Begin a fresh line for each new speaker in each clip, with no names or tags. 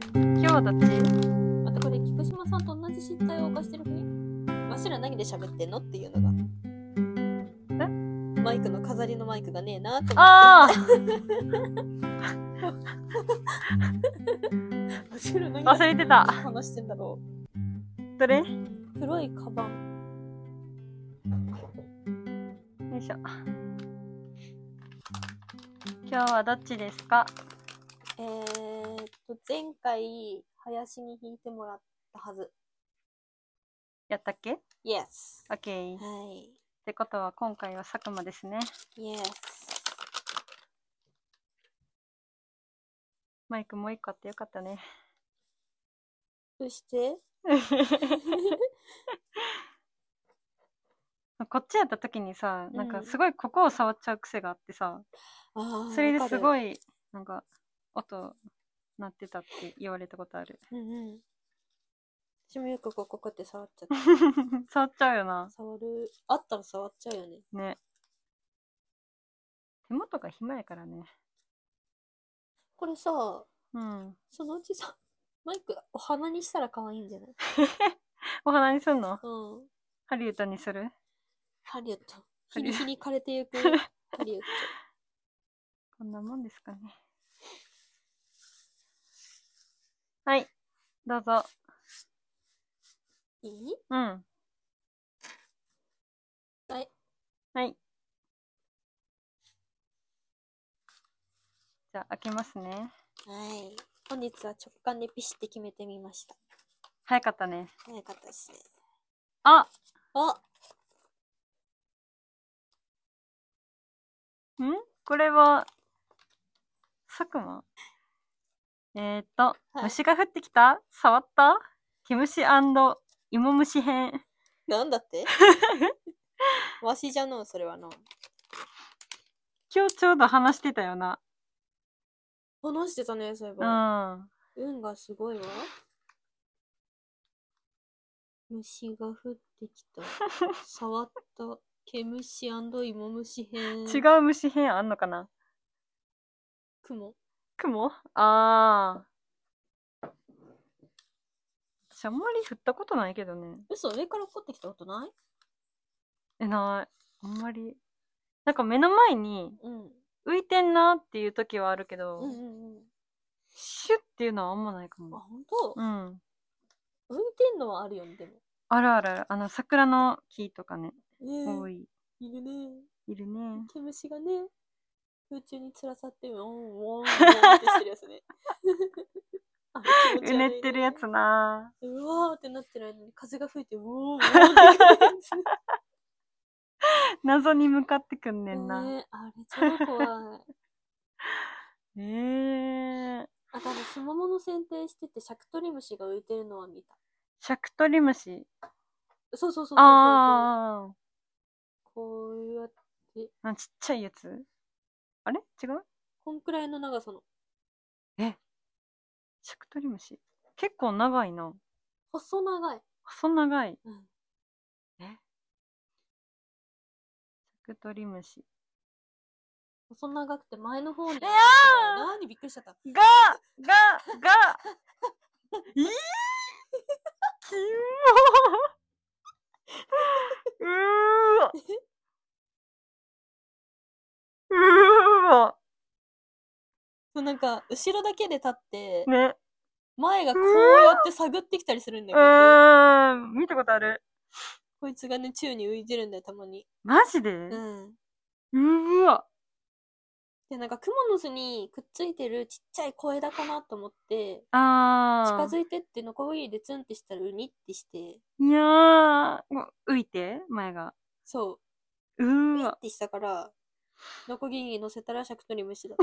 だって。またこれ、菊島さんと同じ失態を犯してるね。わしら何で喋ってんのっていうのが。
え
マイクの飾りのマイクがねえなって思っ
あ
て。わしら何
あ忘れてた
話してんだろ
ーどれよ
う。黒いカバン。
いしょ今日はどっちですか
えー、っと、前回、林に引いてもらったはず。
やったっけ
Yes.
オッケーっ
はい。
てことは今回は佐久間ですね
Yes.
マイクもう一個あってよかったね
そして、
こっちやった時にさなん
う
か
ん
すごいここを触っちゃう癖があってさ、
あー
それですご
わか
いなんか音鳴ってたって言われたことある
るうんうん。私もよくこここうやって触っちゃった。
触っちゃうよな
触る。あったら触っちゃうよね。
ね手元が暇やからね
これさ、
うん
そのうちさ、マイクお花にしたら可愛いんじゃない
お花にすんの
うん。
ハリウッドにする
ハリウッド。
ハ
日
リウ
に
ッド
日に枯れ てゆくハリウッ
こんなもんですかねはいどうぞ
ド。いい
うん
はい。
はいじゃあ開けますね
はい。本日は直感でピシって決めてみました。
早かったね
早かったですね。
あ
あ
んこれは、佐久間えー、っと、
はい
虫が降ってきた触った毛虫芋虫編。
なんだって わしじゃのう、それはのう。
今日ちょうど話してたよな。
話してたね、そういえ
う
ば。
ん。
運がすごいわ。虫が降ってき た。触った。毛虫芋虫編。
違う虫編あんのかな
雲。
雲あー。私あんまり振ったことないけどね。
嘘、上から落っこってきたことない
え、ない。あんまり。なんか目の前に
うん。
浮いてんなっていう時はあるけど、
うんうんうん。
シュッっていうのはあんまないか
あ、
も。
本当、
うん。
浮いてんのはあるよね、でも。
あるあるある。あの、桜の木とかね、多
ね
い。
え、いるね。
いるね。
毛虫がね、空中につらさって、ウォンウォンウォンってしてるや つね。あれ気持
う
ち悪い
ねってるやつな
うわーってなってる間に風が 吹いて、ウォンウォンってくるやつ。
謎に向かってくんねんな。
ねえ、あれ超怖い。
ええー。
あ、多分スモモの剪定してて、シャクトリムシが浮いてるのは見た。
シャクトリムシ。
そうそうそうそうそうそう。
あー
こうやって、
あのちっちゃいやつあれ違う
こんくらいの長さの。
シャクトリムシ。結構長いな。
細長い。
細長い。
うん
シャクトリムシ。
細長くて前の方に。
いや
なーにびっくりしちゃった。
ががが いいキモうーわうーわ
そうなんか、後ろだけで立って、
ね
前がこうやって探ってきたりするんだ
う
よ。こうやって
ーん見たことある
こいつがね、宙に浮いてるんだよ、たまに。
マジで
うん。
うーわ
で、なんか、クモの巣にくっついてるちっちゃい小枝かなと思って、
あ
近
ー
づいてって、ノコギリでツンってしたら、ウニってして、
いやー浮いて前が
そうう、ウニ
ー
っ
わ
てしたから、ノコギリに乗せたら、シャクトリムシだっ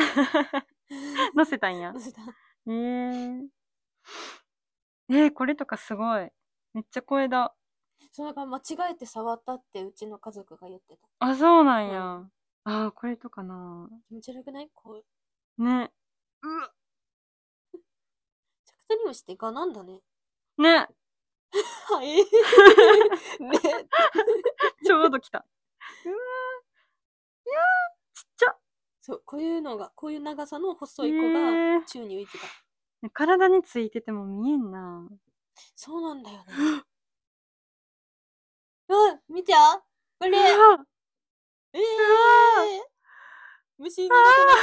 た。
乗せたんや
乗せた。
えー、えー、これとかすごいめっちゃ小枝
そう、だから間違えて触ったって、うちの家族が言ってた。
あ、そうなんや。あーこれとかな。
気持ち悪くないこう、
ね。
シャクトリムシってガなんだ ね。
ね。
はい。 ね。
ちょうど来た。うわーいやーちっちゃ。
そう、こういうのが、こういう長さの細い
え
子が
ー
宙に浮いてた。
体についてても見えんな。
そうなんだよね。うん、見てあこれえ
うわ
えー、虫になると思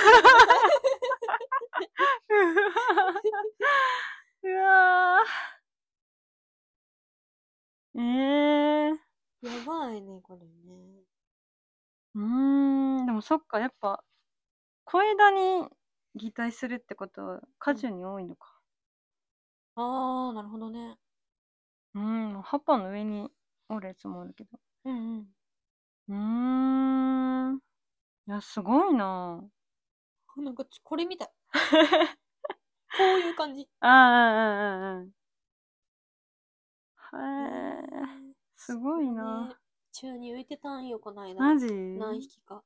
っ て
うわーえー、
ください やばいね、これね。
うーん、でもそっか、やっぱ、小枝に擬態するってことは、果樹に多いのか。
あー、なるほどね。
うん、葉っぱの上におるやつもあるけど。
うんうん。
うーん。いや、すごいな
なんかち、これ みたい。こういう感じ。
ああ、ああ、ああ。へえ、すごい
ね
な。
宙に浮いてたんよ、こないだ。
マジ
何匹か。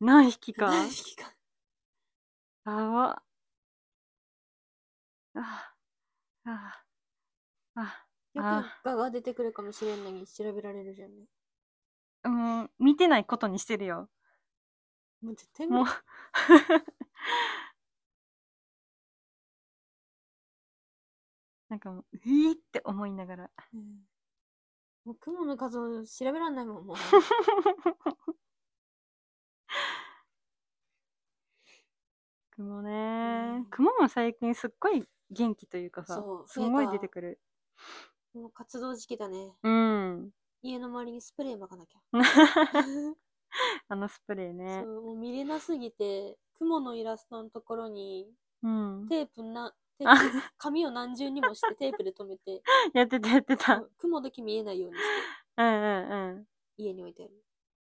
何匹か。
何匹か。
やば。ああ、ああ、
よくガが出てくるかもしれんのに調べられるじゃんね。
あ、もう見てないことにしてるよ。
もう絶対
もう
無理。
なんかもう、うぃーって思いながら。
うんもう雲の数を調べらんないもん、もう。
雲
う
ね
ん。
雲も最近すっごい元気というかさ
そ、う
すごい
増えた
出てくる。
もう活動時期だね。
うん。
家の周りにスプレーまかなきゃ。
あのスプレーね。
そう、もう見れなすぎて、雲のイラストのところに
うん。
テープな、テ
あ
ープ、紙を何重に もしてテープで留めて、
やってたやってた。
そう雲だけ見えないようにして
うんうんうん。
家に置いてある。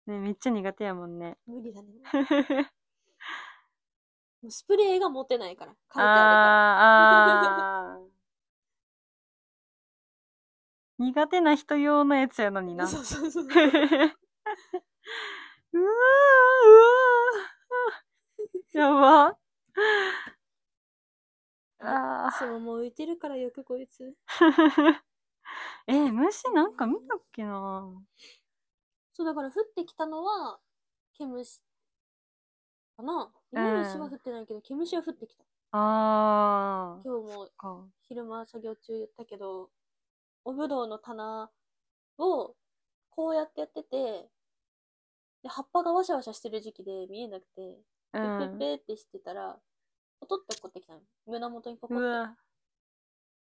ね、めっちゃ苦手やもんね。
無理だね。もうスプレーが持てないから。
あ
書いてあ
ーあー。苦手な人用のやつやのに
る
な。
か
う
ら。
わ
そうそうそう。
ーうわーやば。ああ。
そう、もう浮いてるからよくこいつ。
えー、虫なんか見たっけな
そう、だから降ってきたのは、毛虫かな。芋虫は降ってないけど、毛虫は降ってきた。
あー。
今日も
か。
昼間作業中言ったけど、おぶどうの棚をこうやってやってて、で、葉っぱがワシャワシャしてる時期で見えなくて、
う
ペッペ
ん
ッ。ペッってしてたら、ポトッと落っこってきたの。胸元にポコ
う
ッ
わ。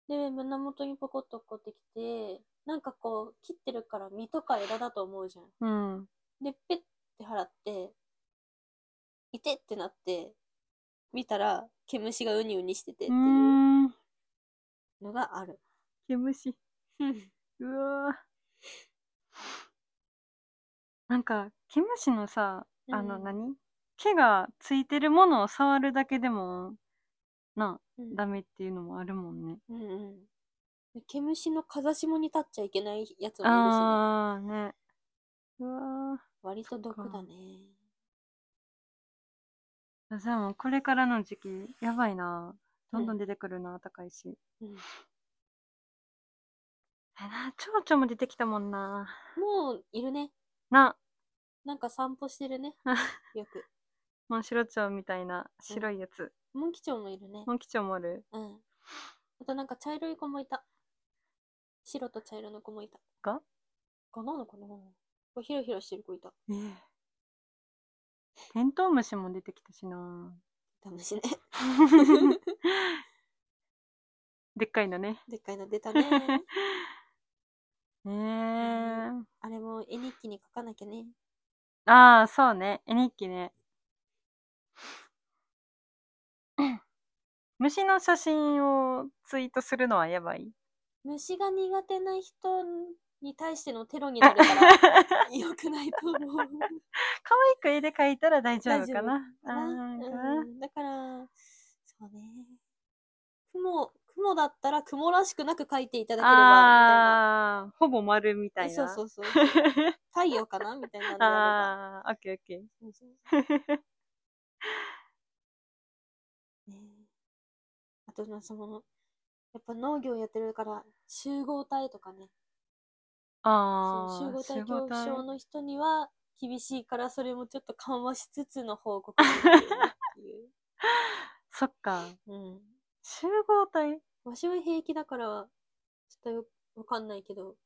て。で、胸元にポコッと落っこってきて、なんかこう、切ってるから実とか枝だと思うじゃん。
うん。
で、ペッて払って、いてってなって、見たら、毛虫がウニウニしてて
う
っていう
ーん。
のがある。
毛虫。うわーなんか毛虫のさあの
うん
何、毛がついてるものを触るだけでもな
うん
ダメっていうのもあるもんね。
うんうんで。毛虫の風下に立っちゃいけないやつもいるし、ね、
ああね。うわ
割と毒だね。
ーじゃあもうこれからの時期やばいなどんど
うん
ん出てくるな高いし。
うん
えな蝶々も出てきたもんな
もういるね。
な
なんか散歩して るね。よく。
モンシロチョウみたいな白いやつ。
モンキチョウもいるね。
モンキチョウもある
うん。あとなんか茶色い子もいた。白と茶色の子もいた。
が
がなのかなこうヒロヒロしてる子いた。
ええテントウムシも出てきたし な
ダ メしね。
でっかいのね。
でっかいの 出たね。
ねえ。
あれも絵日記に書かなきゃね。
ああ、そうね。絵日記ね。 虫の写真をツイートするのはやばい。
虫が苦手な人に対してのテロになる から、良くないと思う。
可愛く絵で描いたら大丈夫かな。
かな
あー
うんだから、そうね。雲、雲だったら雲らしくなく書いていただければ、み
あーほぼ丸み
た
た
い
い
な。
な。
そうそうそう。太陽かなみたいなのであ
ああ、オッケーオッケー。
れば。そうそうそうねあと、まあその、やっぱ農業やってるから、集合体とかね。
ああ、
そう集合体
集合
恐怖
体
症の人には厳しいから、それもちょっと緩和しつつの報告になるよねっていう。
そっか。
うん。
集合体
わしは平気だから、ちょっとよくわかんないけど、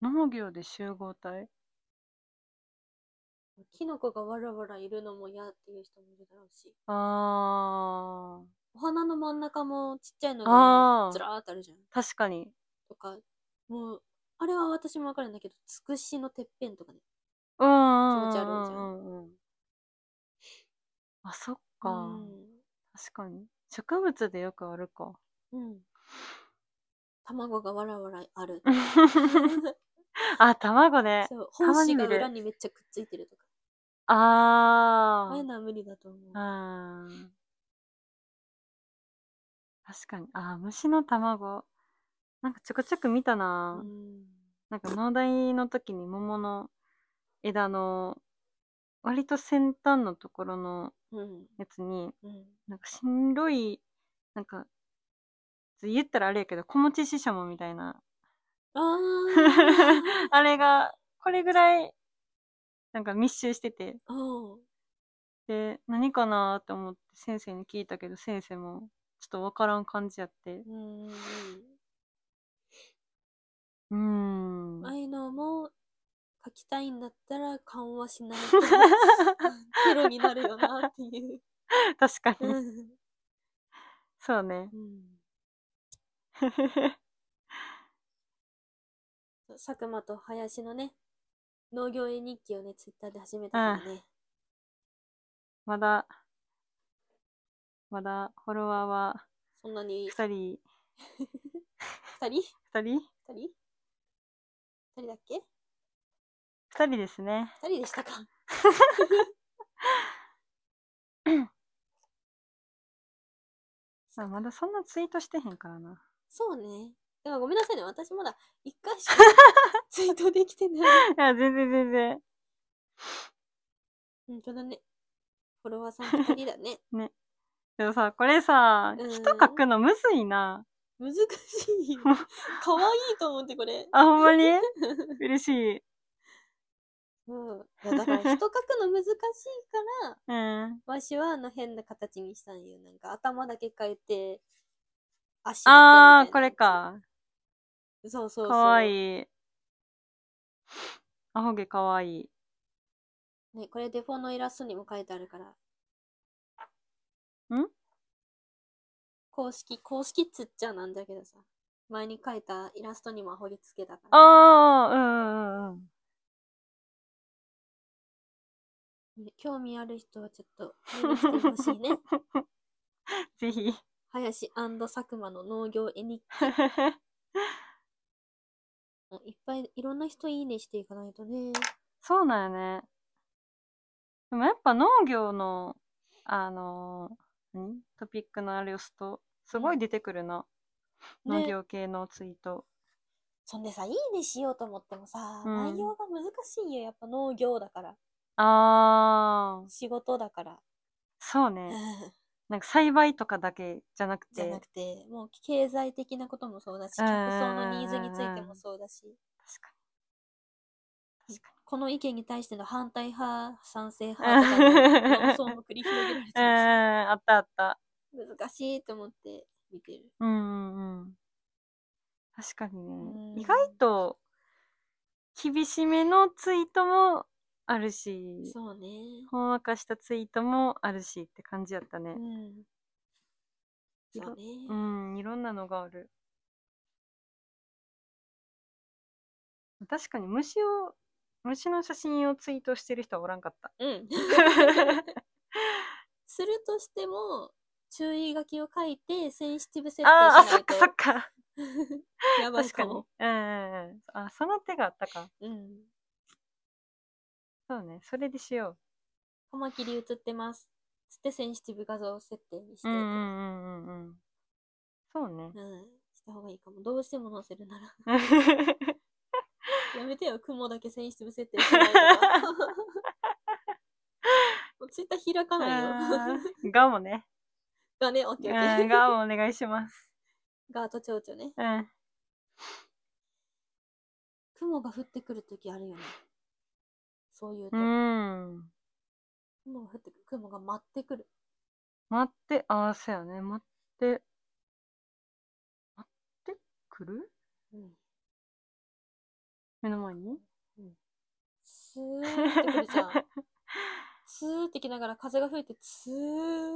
農業で集合体
キノコがわらわらいるのも嫌っていう人もいるだろうし、
あー。
お花の真ん中もちっちゃいの
あ
が
ー
ずらーっとあるじゃん。
確かに。
とか、もう、あれは私もわかるんだけど、つくしのてっぺんとかね。
うんうんうんうんうん。
気持ち悪いじゃん
ん。あ、そっ
う
か。
ん。
確かに。植物でよくある か。
うん。卵がわらわら ある。
あ、卵ね。
そう、
たま
胞
に見
子が
る
裏にめっちゃくっついてるとか。
あ
ああいうのは無理だと思う。
あ。うん。確かに。あー、虫の卵。なんかちょこちょこ見たな。
うん。
なんか農大の時に桃の枝の割と先端のところの
うん。
やつに、
うん。
なんかしんどい、なんか、言ったらあれやけど、小持ちししゃもみたい な。
あー
あれが、これぐらい、なんか密集してて、
うん。
で、何かなーって思って先生に聞いたけど、先生も、ちょっとわからん感じやって。
うんうん。
うーん。
ああいうのも書きたいんだったら緩和しないとテロになるよなっていう。
確か
う
に。
ん
そうね。
そう佐久間と林のね、農業絵日記をね、ツイッターで始めたからね。
まだ、まだ、フォロワーは、
そんなに
二人、
二
二
人
人
二人二人だっけ
二人ですね。
二人でしたか。
あまだそんなツイートしてへんからな。
そうね。でもごめんなさいね。私まだ一回 しかツイートできてない。
いや、全然全然。
本当だね。フォロワーさん二人 だね。
でもさ、これさ、
うん
人書くのむずいな。
難し いよ。可愛いと思ってこれ。
あ、ほんまに嬉しい。
うん。いやだから人描くの難しいから、
うん。
わしはあの変な形にしたんよ。なんか頭だけ描いて、足だけみたい
あ
なやつ
ー、これ。か。
そうそうそう。
かわ
い。
いい。アホ毛かわいい。
ね、これデフォのイラストにも書いてあるから。
ん
公式、公式っつっちゃなんだけどさ。前に描いたイラストにもアホ毛つけたから。
あー、うんうんうんうん。
ね興味ある人はちょっと見に来て ほしいね。
ぜ ひ。
林佐久間の農業絵日記もいっぱいいろんな人いいねしていかないとね。
そうなんよね。でもやっぱ農業の、あのー、んトピックのあれを押すと、すごい出てくるな。
ね
農業系のツイート。
そんでさ、いいねしようと思ってもさ、
うん
内容が難しいよ。やっぱ農業だから。
あー、
仕事だから。
そうね。なんか栽培とかだけじゃなく
じゃな
て
く、て、もう経済的なこともそうだし、
うん
客層のニーズについてもそうだし、
確か
この意見に対しての反対派、賛成派とかの論争
に。
も繰り広げられ
う
て
ん、
る
あったあった。
し難しいと思って見てる。
うんうんうん。確かに
うん
ね。意外と、厳しめのツイートもあるし、
そうね。
ほんわかしたツイートもあるしって感じやった
う
ね。
ん。そうね。
うん、いろんなのがある。確かに虫を、虫の写真をツイートしてる人はおらんか った。
うん。するとしても、注意書きを書いて、センシティブ設定し
あーあ、そ
な
っ
い
かそっ
と
か。
やばい
確か
か
に。うん
も。
うんうん。あ、その手があったか。
うん。
そうね。それでしよ
カマキリ映ってます。つってセンシティブ画像設定にして、
う。うんうんうんうんうん。そうね。
うんした方がいいかも。どうしても載せるな ら。やめてよ、雲だけセンシティブ設定しない とか。もうツイッター開かないよ。
うん ガもね。
がね、オッ
う
ケーオッケ
ん、
ー。
ガもお願いします。
ガート蝶々ね。
うん。
雲が降ってくるときあるよね。そういうと
う。ん。
雲が降ってくる。雲が舞ってくる。
待って、ああ、そうやね。待って、待ってくる
うん
目の前に
スーってくるじゃ ん。スーってきながら風が吹いて、ツーってく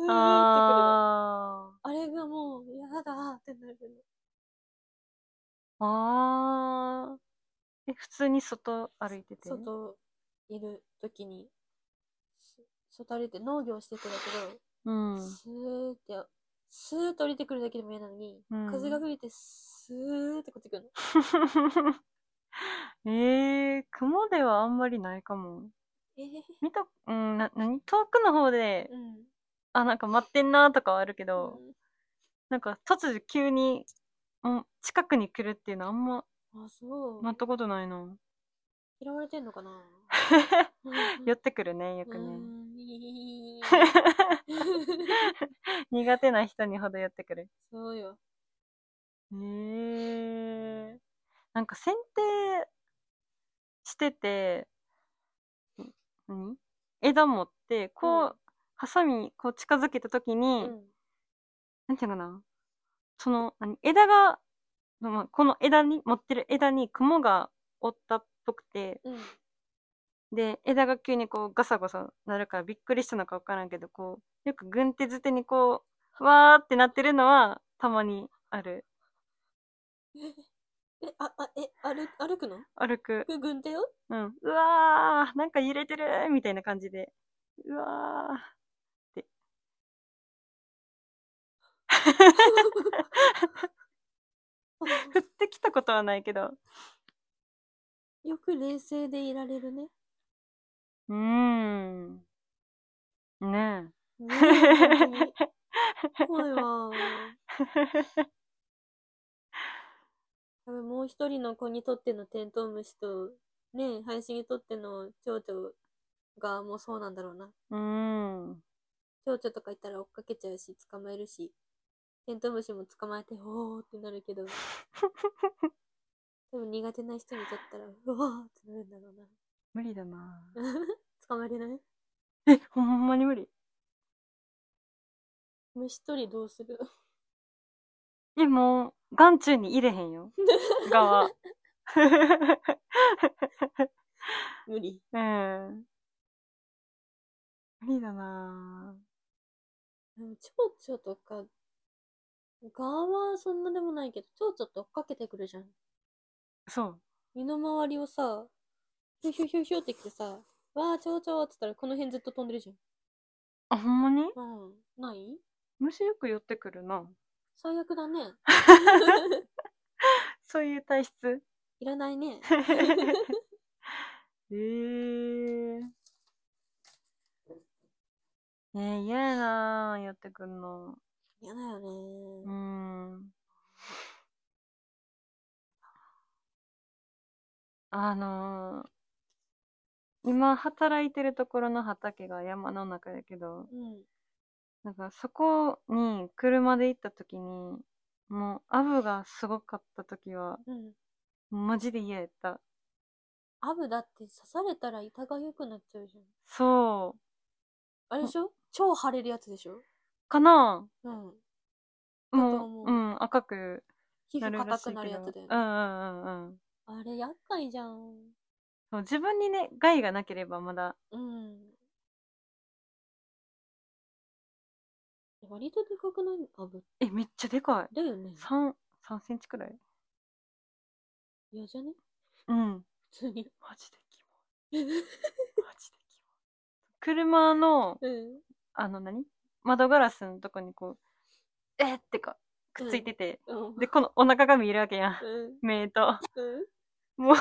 るの。
あ
あれがもう、やだーってなる
あ。ああ。え、普通に外
の。
歩いてて。
外いる時に、そ外歩いて農業しててだ
う
けど、
ん。
スーって、スーって降りてくるだけでも嫌なのに、
うん
風が吹いて、スーってこっち来るの。
ええー、雲ではあんまりないかも。
えー、
見た、うん、な、なに遠くの方で、
うん。
あ、なんか待ってんなとかはあるけど、
う
なんか突如急に、うん、近くに来るっていうのあんま、
んあ、そう。
待ったことないな。
嫌われてん のかな
寄ってくるね、よ
う
く
ー
ね。
ん いい
苦手な人にほど寄ってくる。
そうよ。
ええー。なんか剪定してて、ん何枝持って、こう、
うん
ハサミ、こう近づけたとき
う
に、
ん。
なんていうのかなその、何枝が、まあこの枝に、持ってる枝に雲がおったっぽくて、
うん。
で、枝が急にこうガサガサなるからびっくりしたのかわからんけど、こう、よく軍手づてにこう、わーってなってるのはたまにある。
え、あ、あ、え、歩、歩くの
歩く。
ぐ軍手よ
うん。うわーなんか揺れてるみたいな感じで。うわーって。降ってきたことはないけど。
よく冷静でいられるね。
うーん。ねえ。
ねえ本 当に怖いわ。多分もう一人の子にとってのテントウムシと、ねえ、林にとっての蝶々がもうそうなんだろうな。
うーん。
蝶々とかいたら追っかけちゃうし、捕まえるし、テントウムシも捕まえて、おーってなるけど、多分苦手な人にとったら、うわーってなるんだろう
無理だな。
な。捕まえれない
え、ほんまに無理。
虫取りどうする
え、もう、眼中に入れへんよ。側。
無理。
うん。無理だな
でも蝶々とか、ガはそんなでもないけど、蝶々って追っかけてくるじゃん。
そう。
身の回りをさ、ひょひょひょひょってきてさ、わー、蝶々って言ったらこの辺ずっと飛んでるじ
あ、ほんまに
ゃん。うん。ない
虫よく寄ってくるな。
最悪だね。
そういう体質。
いらないね。
えー。ねえ、嫌やな寄ってくんの。
嫌だよね。
うーん。あのー今働いてるところの畑が山の中やけど、
うん。
なんかそこに車で行った時に、もうアブがすごかった時は、
うん。
マジで嫌やった。
アブだって刺されたら痛が良くなっちゃうじゃん。
そう。
あれでしょ超腫れるやつでしょ
かな
うん。だと
も
思
う、
う
うん、赤く
皮
な
膚
るら
硬
しいけ
く
ど。
なるやつだよ
うんう
ね。
んうんうん。
あれ厄介じゃん。
そう自分にね、害がなければまだ、
うん。割とでかくないアブ。
え、めっちゃでかい。
だよね。
3、3センチくらい
嫌じゃね
うん。
普通 に。
マジでキモい。マジでキモい。車の、
うん。
あの何、窓ガラスのとこにこう、えーってか、くっついてて、
うん。
で、このお腹が見えるわけやん。
うん。
目と。
うん。
もう、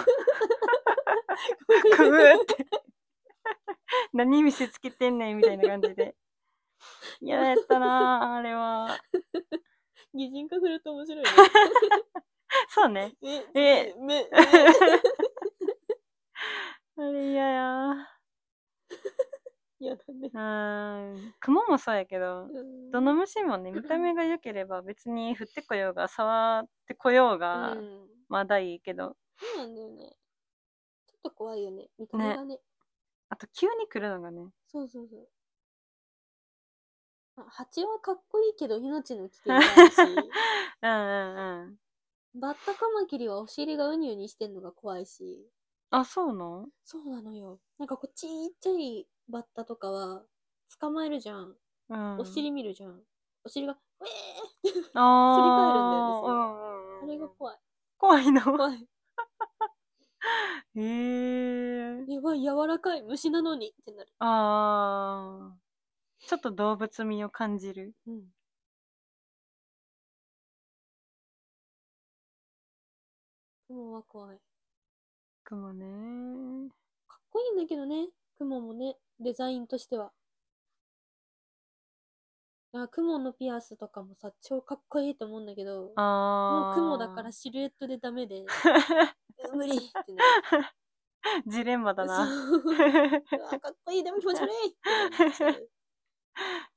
くぶーって。何見せつけてんねんみたいな感じで。嫌やったなあ、あれは。
擬人化すると面 白い
そうね。
ね。
え
え、 め、め、
あれ嫌や。う
嫌だね。
ーん。雲もそうやけど、
うん
どの虫もね、見た目が良ければ別に振ってこようが、触ってこようが、
うん。
まだいいけど、
そうなんだよね。ちょっと怖いよね。見た目がね。
あと急に来るのがね、
そうそうそう。まあ蜂はかっこいいけど命の危険があ るし、
うんうんうん。
バッタカマキリはお尻がウニウニしてんのが怖いし、
あ、そうなん
そうなのよ。なんかこうちっちゃいバッタとかは捕まえるじゃん。
うん。
お尻見るじゃん。お尻が、ウェ
あ
ー
あ。
反り返るんだよねそれ
うんうんうん。
あれが怖い。
怖いの。
怖い。
へえ。
やばい、柔らかい虫なのにってなる。
ああ。ちょっと動物味を感じる。
うん。雲は怖い。
雲ね。
かっこいいんだけどね、雲もね、デザインとしては。あ、雲のピアスとかもさ、超かっこいいと思うんだけど、も
あ
う
あ。
雲だから。シルエットでダメで、無理ってな
ジレンマだ
る。
な。
そううわかっこいい、でも気持ち悪いってなっちゃう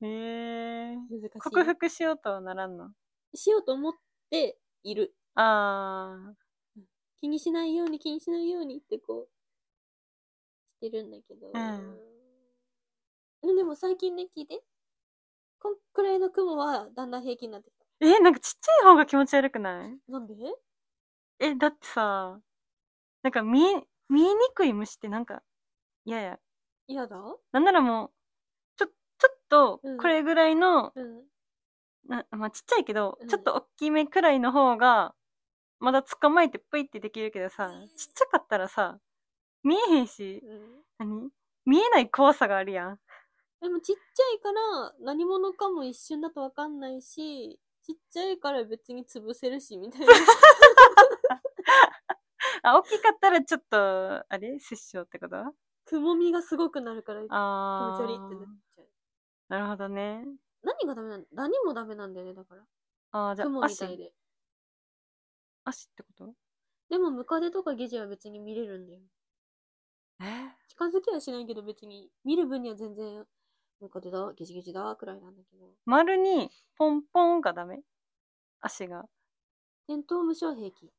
へ え。
難しい。
克服しようとはならんの。
しようと思っている。
ああ。
気にしないように気にしないようにってこうしてるんだけど、
ん
うんでも最近ね聞いてこんくらいの雲はだんだん平気になってき
え、なんかちっちゃい方が気持ち悪くない
たなんで
え、だってさ、なんか見え、見えにくい虫ってなんか、いやいや、
嫌だ
なんならもう、ちょ、ちょっと
うん、
これぐらいの、
うん
な まあちっちゃいけど、
うん
ちょっと大きめくらいの方が、まだ捕まえてぷいってできるけどさ、ちっちゃかったらさ、見えへんし、
うん
何見えない怖さがあるやん。
でもちっちゃいから何者かも一瞬だと分かんないしちっちゃいから別に潰せるし みたいな
あ、大きかったらちょっと、あれ殺傷ってことあ
くもみがすごくなるから気持ち
あー。
悪いってなっちゃう
なるほどね。
何がダメなん何もダメなんだよねだから
ああ、じゃ
雲
あ、
みたい
足、
で
足ってこと
でもムカデとかゲジは別に見れるんだよ
え
近づきはしないけど別に見る分には全然ムカデだゲジゲジだくらいなんだけど
丸にポンポンがダメ足が。
テントウムシは平気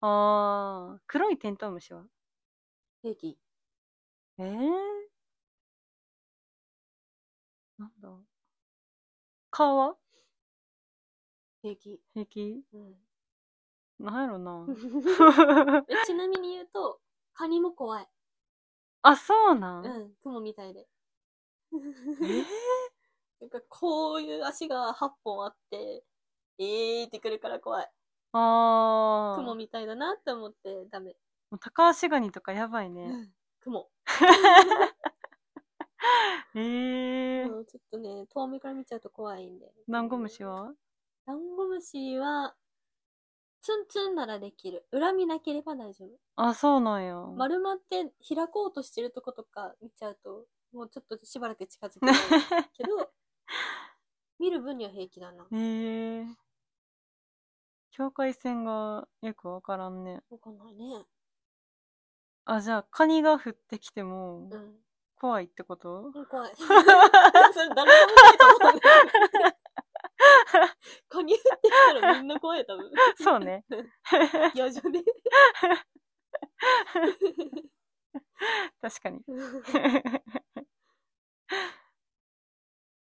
ああ、黒いテントウムシは
平気
ええなんだ顔は
平気
平気
うん
なんやろな
えちなみに言うとカニも怖い
あ、そうな
うんん雲みたいで
ええ
なんかこういう足が8本あってえーってくるから怖い
ああ。
雲みたいだなって思ってダメ
もう高足ガニとかやばいね。
雲
え
も
え
うちょっとね遠目から見ちゃうと怖いんで
ダンゴムシは
ダンゴムシは、ツンツンならできる。恨みなければ大丈夫。
あ、そうなんや。
丸まって開こうとしてるとことか見ちゃうと、もうちょっとしばらく近づけないけ ど、見る分には平気だな。
ええ境界線がよくわからんね。
わかんないね。
あ、じゃあ、カニが降ってきても
う、ん。
怖いってこと
うん怖い。 それ誰も怖いと思うんだけど。カニ降ってきたらみんな怖い、多分。
そうね。
いや じゃね。
確かに。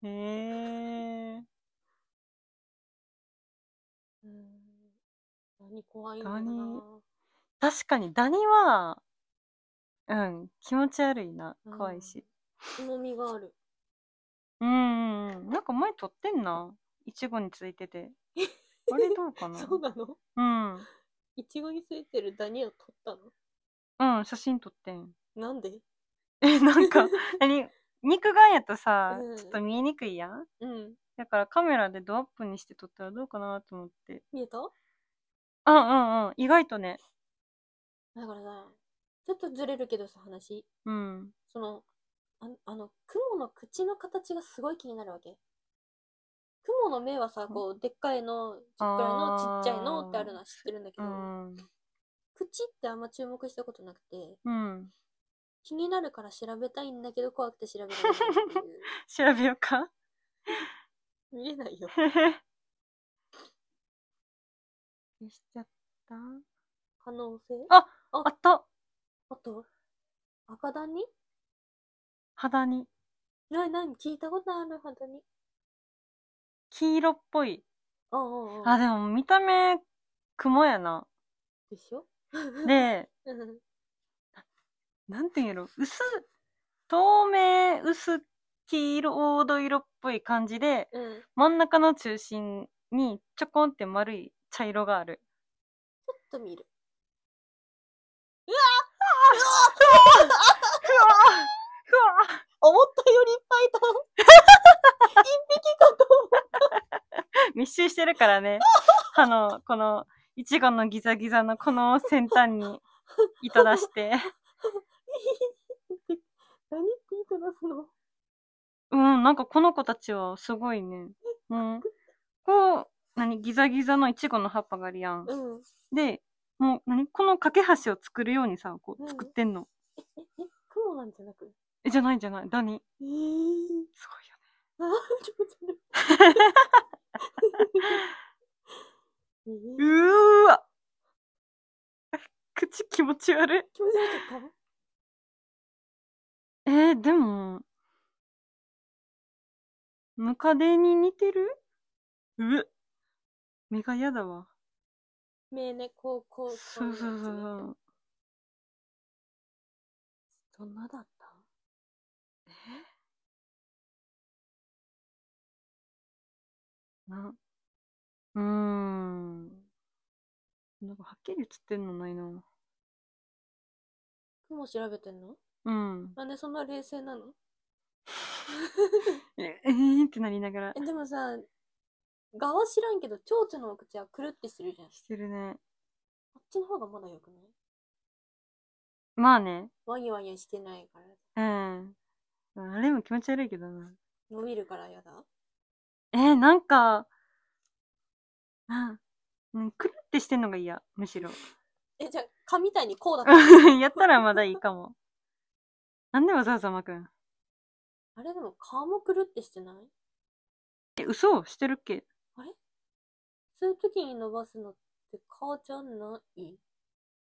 へえ
うん何怖いんだ
ダ
ろう
ニ
な。
確かにダニは、うん、気持ち悪いな。
うん
怖いし。
重みがある。
うん、うんうん、なんか前撮ってんな。いちごについて て。あれどうか
そうなの
な
いちごについてるダニを取った
うん。うん、写真撮ってん。
のなんで
え、なんか、何肉眼やとさ、
うん
ちょっと見えにくいやん
うん。
だからカメラでドアップにして撮ったらどうかなと思って。
見えた
うんうんうん。意外とね。
だからさ、ちょっとずれるけどさ、話。
うん。
その、ああの、雲の口の形がすごい気になるわけ。雲の目はさ、こう、でっかいの、ちっくらいの、ちっちゃいのってあるのは知ってるんだけ
う
ど、
ん。
口ってあんま注目したことなくて、
うん。
気になるから調べたいんだけど、怖くて調べられないっていう。
調べようか。
見えないよ。
消しちゃった
可能性
ああった
あと、赤ダニ
肌に。
ないない、聞いたことある、肌に。
黄色っぽい。
うんうんうん。
あ、でも見た目、雲やな。
でしょ
で、
うん
なんていうんやろ、薄、透明、薄黄色、黄土色っぽい感じで、
うん。ち
真ん中の中心にちょこんって丸い茶色がある。
ょっと見る。
ふわふわ
思ったよりいっぱいいた。一匹かと思う。
密集してるからね。あの、この、いちごのギザギザのこの先端に糸出して。
何ピーク出すの
うん、なんかこの子たちはすごい ね。うん。こう、何ギザギザのいちごの葉っぱがあるやん。
うん。
で、もう、何この架け橋を作るようにさ、こう、作ってんの。
え、え、え、雲なんじゃなく
え、じゃないじゃない。ダニ。
えー、
すごいよね。
あー、気持 ち悪い。えー、
うーわ口気持ち悪い。
気持ち悪かった
えー、でも、ムカデに似てるうっ。目が嫌だわ。
目ね、こう、こう、こ
そうそうそうそう。
どんなだった
なうーん。なんかはっきり映ってんのないな。
雲調べてんの
うん。
なんでそんな冷静なの
ええーってなりながら
え、でもさ、側は知らんけど、蝶々のお口はくるってしてるじゃん。あっ
してるね。
ちの方がまだよくない
まあね。
ワニワニしてないから。
うん。あれも気持ち悪いけどな。
伸びるからやだ。
えー、なんか、あ、うん、くるってしてんのが嫌、むしろ。
え、じゃあ、蚊みたいにこ うだった。
やったらまだいいかも。なんでわざわざ巻くん
あれでも蚊もくるってしてない
え、嘘をしてるっけ
そういう時に伸ばすのって蚊じゃない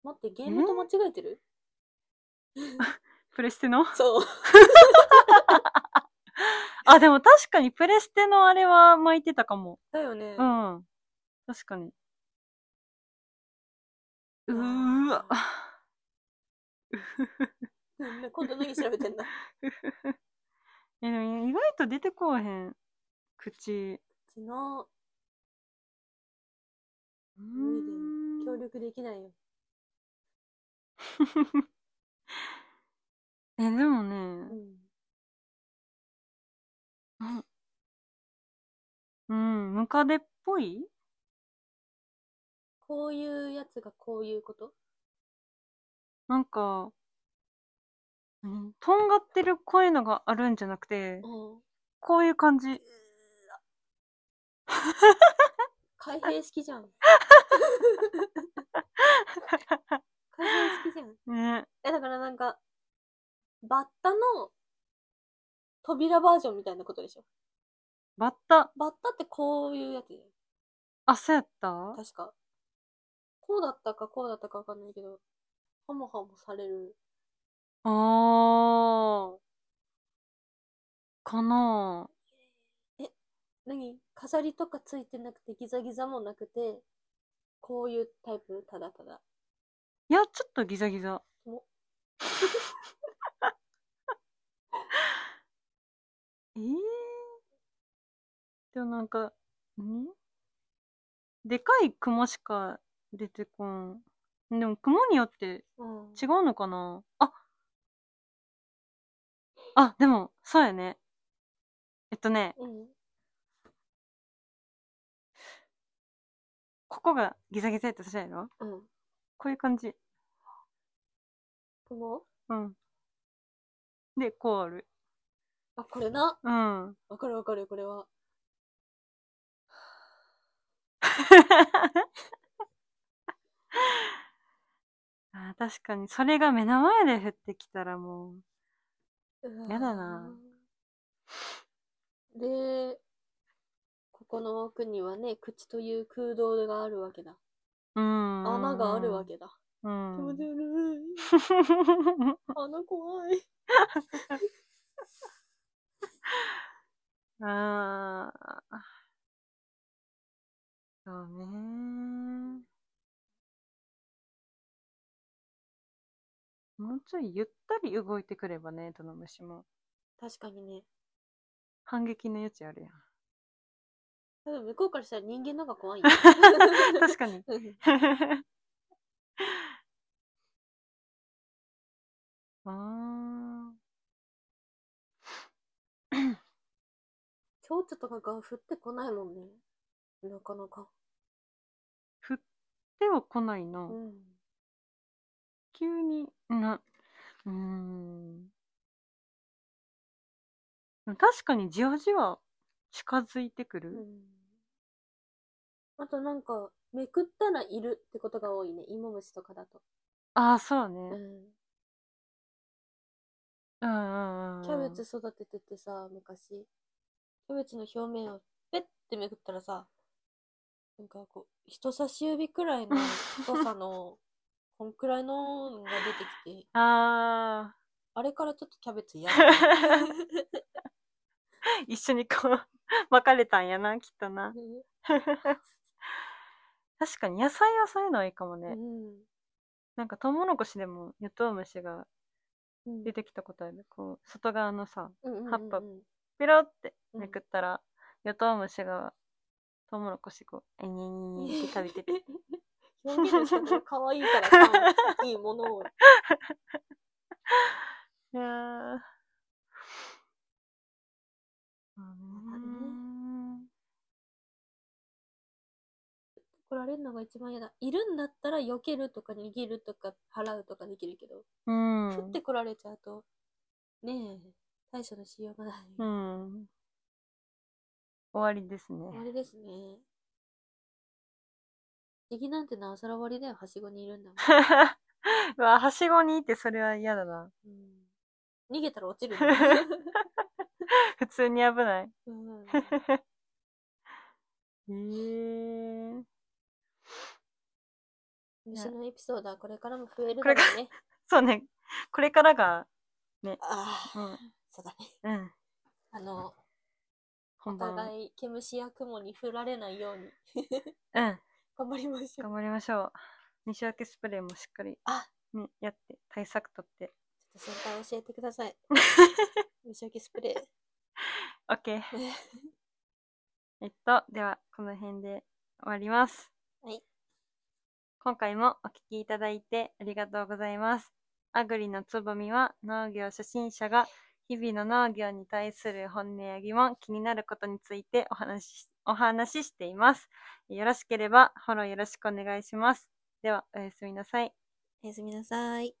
待って、ゲームと間違えてる
プレステの
そう。
あ、でも確かにプレステのあれは巻いてたかも。
だよね。
うん。確かに。うーわ。
うん。今度何調べてんだ
え、でも意外と出てこうへん。口。
うちの
うー
無
ん
理だよ。協力できないよ。
え、でも
う
ね、
ん。
うん、ムカデっぽい
こういうやつがこういうこと
なんか、うんとんがってるこういうのがあるんじゃなくて、
うん。
こういう感じ。
開閉式 じゃん。開閉式じゃん。
ね。
え、だからなんか、バッタの扉バージョンみたいなことでしょ。
バッタ。
バッタってこういうやつじゃん。
あ、そうやった
確か。こうだったかこうだったかわかんないけど、ハモハモされる。
あー。かな
何飾りとかついてなくてギザギザもなくて、こういうタイプただただ。
ぁ。いや、ちょっとギザギザ
お。
えー。でもなんか、んでかい雲しか出てこん。でも雲によって
うん
違うのかなああ、でも、そうやね。えっとね、
うん。
ここがギザギザやってそうやろ
うん。
こういう感じ。
雲
うん。で、こうある。
あ、これな。
うん。
わかるわかる、これは。
あー確かに、それが目の前で降ってきたらもう、やだな
で、ここの奥にはね、口という空洞があるわけだ。
うん。
穴があるわ。けだ。
う
気
ん
持。 ち悪 い。穴怖い。
あーちょいゆったり動いてくればね、どの虫も。
確かにね。
反撃の余地あ るやん。
多分向こうからしたら人間の方が 怖いね
確かに。
うん
あー
蝶々とかが降ってこないもんね。なかなか。
では来ないな。
うん。
急に、な、うーん。でも確かにじわじわ近づいてく
う
る。
ん、あとなんか、めくったらいるってことが多いね。イモムシとかだと。
ああ、そう
う
ね。
ん。
うんうんうん。
キャベツ。育てててさ、昔。キャベツの表面をペッてめくったらさ、なんかこう、人差し指くらいの太さ の、こんくらいのが出てきて、
ああ、
あれからちょっとキャベツ嫌だ ね
一緒にこう、 別れたんやな、きっとな。 確かに野菜はそういうのはいいかもね。
うん
なんかトウモロコシでもヨトウムシが
うん
出てきたことある。こう、外側のさ、
うん
葉っぱ
うんうん
ピロってめくったら、ヨトウムシがトウモロコシこう、えにゃ
う
にゃにゃっ
ん
て食べてて。
表現の仕方が可愛いから さいいものを。
いやー
ね怒られるのが一番嫌だ。いるんだったら避けるとか逃げるとか払うとかできるけど、
うん。
降ってこられちゃうと、ねえ、対処のしようがない。
うん。終わりですね。
終わりですね。敵なんてなおさら終わりだよ、はしごにいるんだも
うわ、はしごにいてそれは嫌だな。
ん。うん、逃げたら落ちる んだよ
普通に危ない。
うん
えー、
虫のエピソードはこれからも増える
これ
だ
か
ろうね。
そうね。これからが、
ああ、
うん、
そうだね。
うん、
あの、お
本番。
互い毛虫や雲に振られないように
うん、
頑張りましょう。
頑張りましょう。西分けスプレーもしっかり、
あ
ね、やって、対策とって。
ちょっと先輩教えてく ださい。虫除けスプレー。
オッケー。えっと、では、この辺で終わります。
はい。
今回もお聞きいただいてありがとうございます。アグリのつぼみは農業初心者が日々の農業に対する本音や疑問、気になることについてお話し、お話ししています。よろしければフォローよろしくお願いします。では、おやすみなさい。
おやすみなさい。